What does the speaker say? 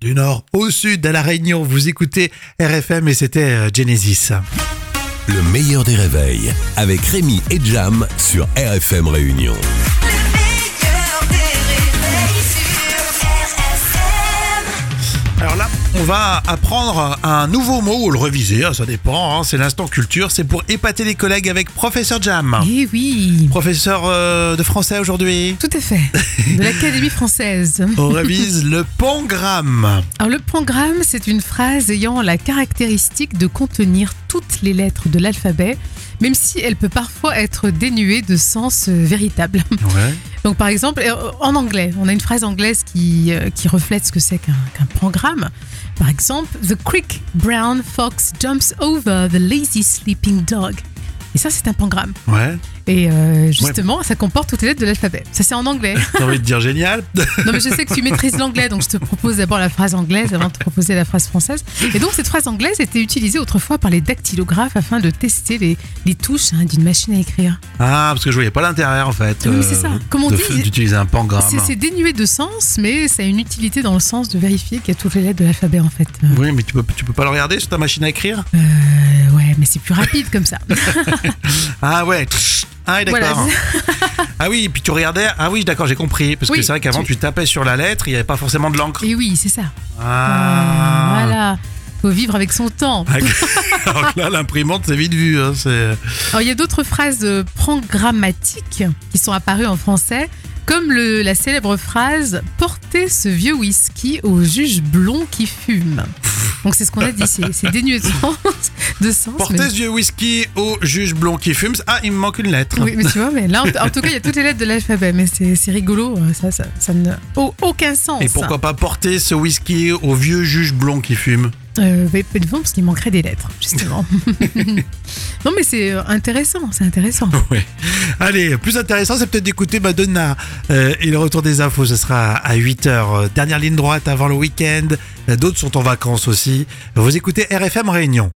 du nord au sud à La Réunion. Vous écoutez RFM et c'était euh, Genesis. Le meilleur des réveils avec Rémi et Jam sur RFM Réunion. Le meilleur des réveils sur RFM. Alors là, on va apprendre un nouveau mot ou le réviser, ça dépend. hein. c'est l'instant culture. C'est pour épater les collègues avec Professeur Jam. Eh oui, Professeur euh, de français aujourd'hui. tout à fait. De l'Académie française. On révise le pangramme. Alors le pangramme, c'est une phrase ayant la caractéristique de contenir toutes les lettres de l'alphabet, même si elle peut parfois être dénuée de sens euh, véritable. Ouais. Donc par exemple, euh, en anglais, on a une phrase anglaise qui, euh, qui reflète ce que c'est qu'un qu'un pangramme. Par exemple, The quick brown fox jumps over the lazy sleeping dog. Et ça, c'est un pangramme. Ouais. Et euh, justement, ça comporte toutes les lettres de l'alphabet. Ça, c'est en anglais. T'as envie de dire génial Non, mais je sais que tu maîtrises l'anglais, donc je te propose d'abord la phrase anglaise avant de te proposer la phrase française. Et donc, cette phrase anglaise était utilisée autrefois par les dactylographes afin de tester les, les touches hein, d'une machine à écrire. Ah, parce que je voyais pas l'intérêt en fait. euh, Oui, c'est ça. Comme on de- dit- D'utiliser un pangramme. C'est- C'est dénué de sens, mais ça a une utilité dans le sens de vérifier qu'il y a toutes les lettres de l'alphabet, en fait. Euh, Oui, mais tu peux, tu peux pas le regarder sur ta machine à écrire euh, ouais, mais c'est plus rapide comme ça. Ah ouais. Ah oui, d'accord. Voilà. Ah oui, et puis tu regardais. Ah oui, d'accord, j'ai compris. Parce que Oui, c'est vrai qu'avant, tu... tu- tapais sur la lettre, il n'y avait pas forcément de l'encre. Et oui, c'est ça. Ah. Voilà. Faut vivre avec son temps. Alors que là, l'imprimante, c'est vite vu. hein, c'est... Alors, il y a d'autres phrases euh, programmatiques qui sont apparues en français, comme le- la célèbre phrase Portez ce vieux whisky au juge blond qui fume. Donc, c'est ce qu'on a dit, c'est c'est dénué de sens. De sens Portez mais- ce vieux whisky au juge blond qui fume. Ah, il me manque une lettre. Oui, mais tu vois, mais là, en, en tout cas, il y a toutes les lettres de l'alphabet, mais c'est c'est rigolo, euh, ça, ça, ça n'a au- aucun sens. Et pourquoi pas porter ce whisky au vieux juge blond qui fume Euh, mais, mais bon, parce qu'il manquerait des lettres, justement. non, mais c'est euh, intéressant, c'est intéressant. Ouais. Allez, plus intéressant, c'est peut-être d'écouter Madonna. Euh, et le retour des infos, ce sera à Euh, 8h. Euh, Dernière ligne droite avant le week-end. D'autres sont en vacances aussi. Vous écoutez RFM Réunion.